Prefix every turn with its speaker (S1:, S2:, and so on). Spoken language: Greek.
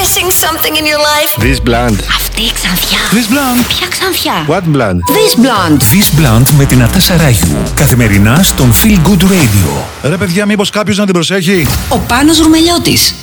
S1: Missing something in your life.
S2: This bland.
S1: Αυτή η ξανθιά.
S3: This Blunt.
S1: Ποια ξανθιά.
S2: What bland.
S1: This blonde.
S3: This Blunt με την Ατά Σαράγιου. Καθημερινά στον Feel Good Radio.
S4: Ρε παιδιά, μήπως κάποιος να την προσέχει.
S1: Ο Πάνος Ρουμελιώτης.